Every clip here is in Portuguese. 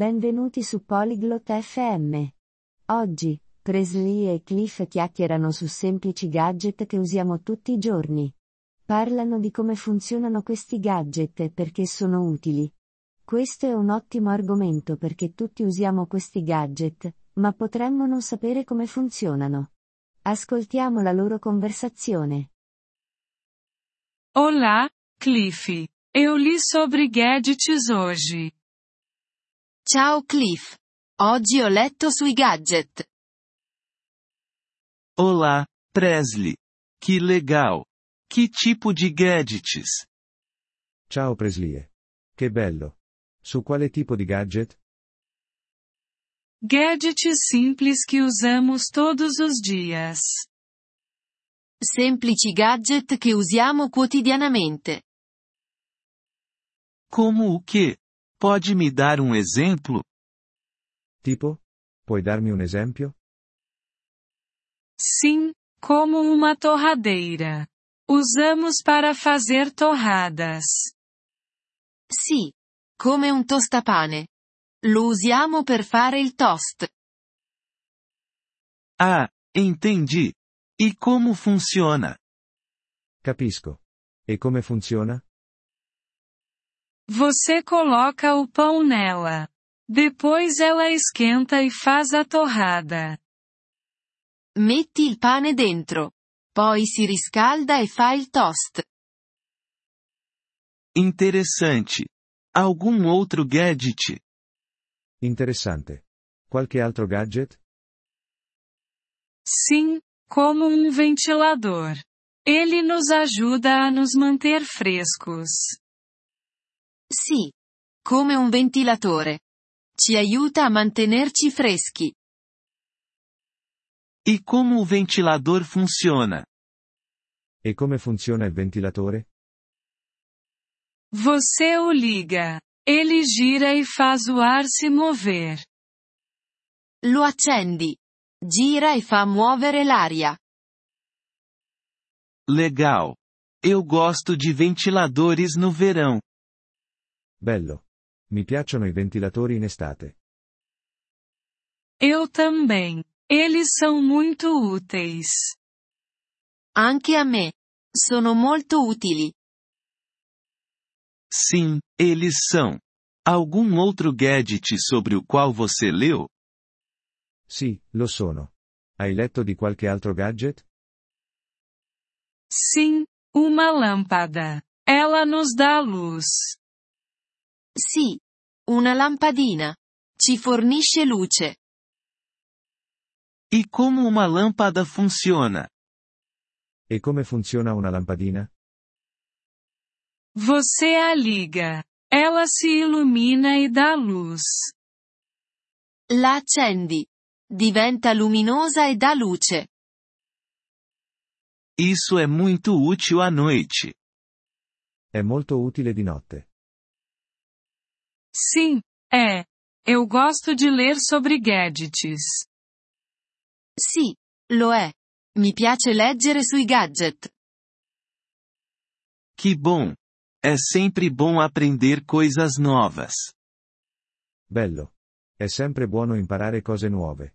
Benvenuti su Polyglot FM. Oggi, Presley e Cliff chiacchierano su semplici gadget che usiamo tutti i giorni. Parlano di come funzionano questi gadget e perché sono utili. Questo è un ottimo argomento perché tutti usiamo questi gadget, ma potremmo non sapere come funzionano. Ascoltiamo la loro conversazione. Olá, Cliff. Eu li sobre gadgets hoje. Ciao Cliff. Oggi ho letto sui gadget. Olá, Presley. Que legal. Que tipo de gadgets? Ciao Preslie. Che bello. Su quale tipo di gadget? Gadgets simples que usamos todos os dias. Semplici gadget che usiamo quotidianamente. Como o que? Pode me dar um exemplo? Tipo? Puoi darmi un esempio? Sim, como uma torradeira. Usamos para fazer torradas. Sì. Come un tostapane. Lo usiamo per fare il toast. Ah, entendi. E como funciona? Capisco. E come funziona? Você coloca o pão nela. Depois ela esquenta e faz a torrada. Metti il pane dentro. Poi si riscalda e fa il toast. Interessante. Algum outro gadget? Interessante. Qualche altro gadget? Sim, como um ventilador. Ele nos ajuda a nos manter frescos. Sì. Come un ventilatore. Ci aiuta a mantenerci freschi. E como o ventilador funciona? E come funziona il ventilatore? Você o liga. Ele gira e faz o ar se mover. Lo accendi. Gira e fa muovere l'aria. Legal. Eu gosto de ventiladores no verão. Bello. Mi piacciono i ventilatori in estate. Eu também. Eles são muito úteis. Anche a me. Sono molto utili. Sim, eles são. Algum outro gadget sobre o qual você leu? Sì, lo sono. Hai letto di qualche altro gadget? Sim, uma lâmpada. Ela nos dá luz. Sì. Una lampadina. Ci fornisce luce. E como uma lâmpada funciona? E come funziona una lampadina? Você a liga. Ela se ilumina e dá luz. La accendi. Diventa luminosa e dà luce. Isso é muito útil à noite. È molto utile di notte. Sim, é. Eu gosto de ler sobre gadgets. Sì. Lo è. Mi piace leggere sui gadget. Que bom! É sempre bom aprender coisas novas. Bello. È sempre buono imparare cose nuove.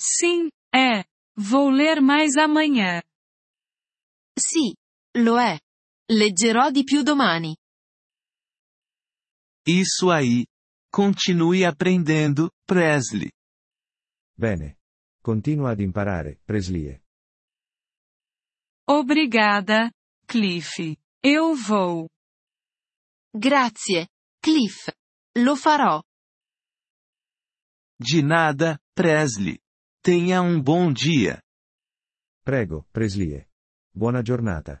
Sim, é. Vou ler mais amanhã. Sì. Lo è. Leggerò di più domani. Isso aí. Continue aprendendo, Presley. Bene. Continua ad imparare, Preslie. Obrigada, Cliff. Eu vou. Grazie. Cliff. Lo farò. De nada, Presley. Tenha um bom dia. Prego, Preslie. Buona giornata.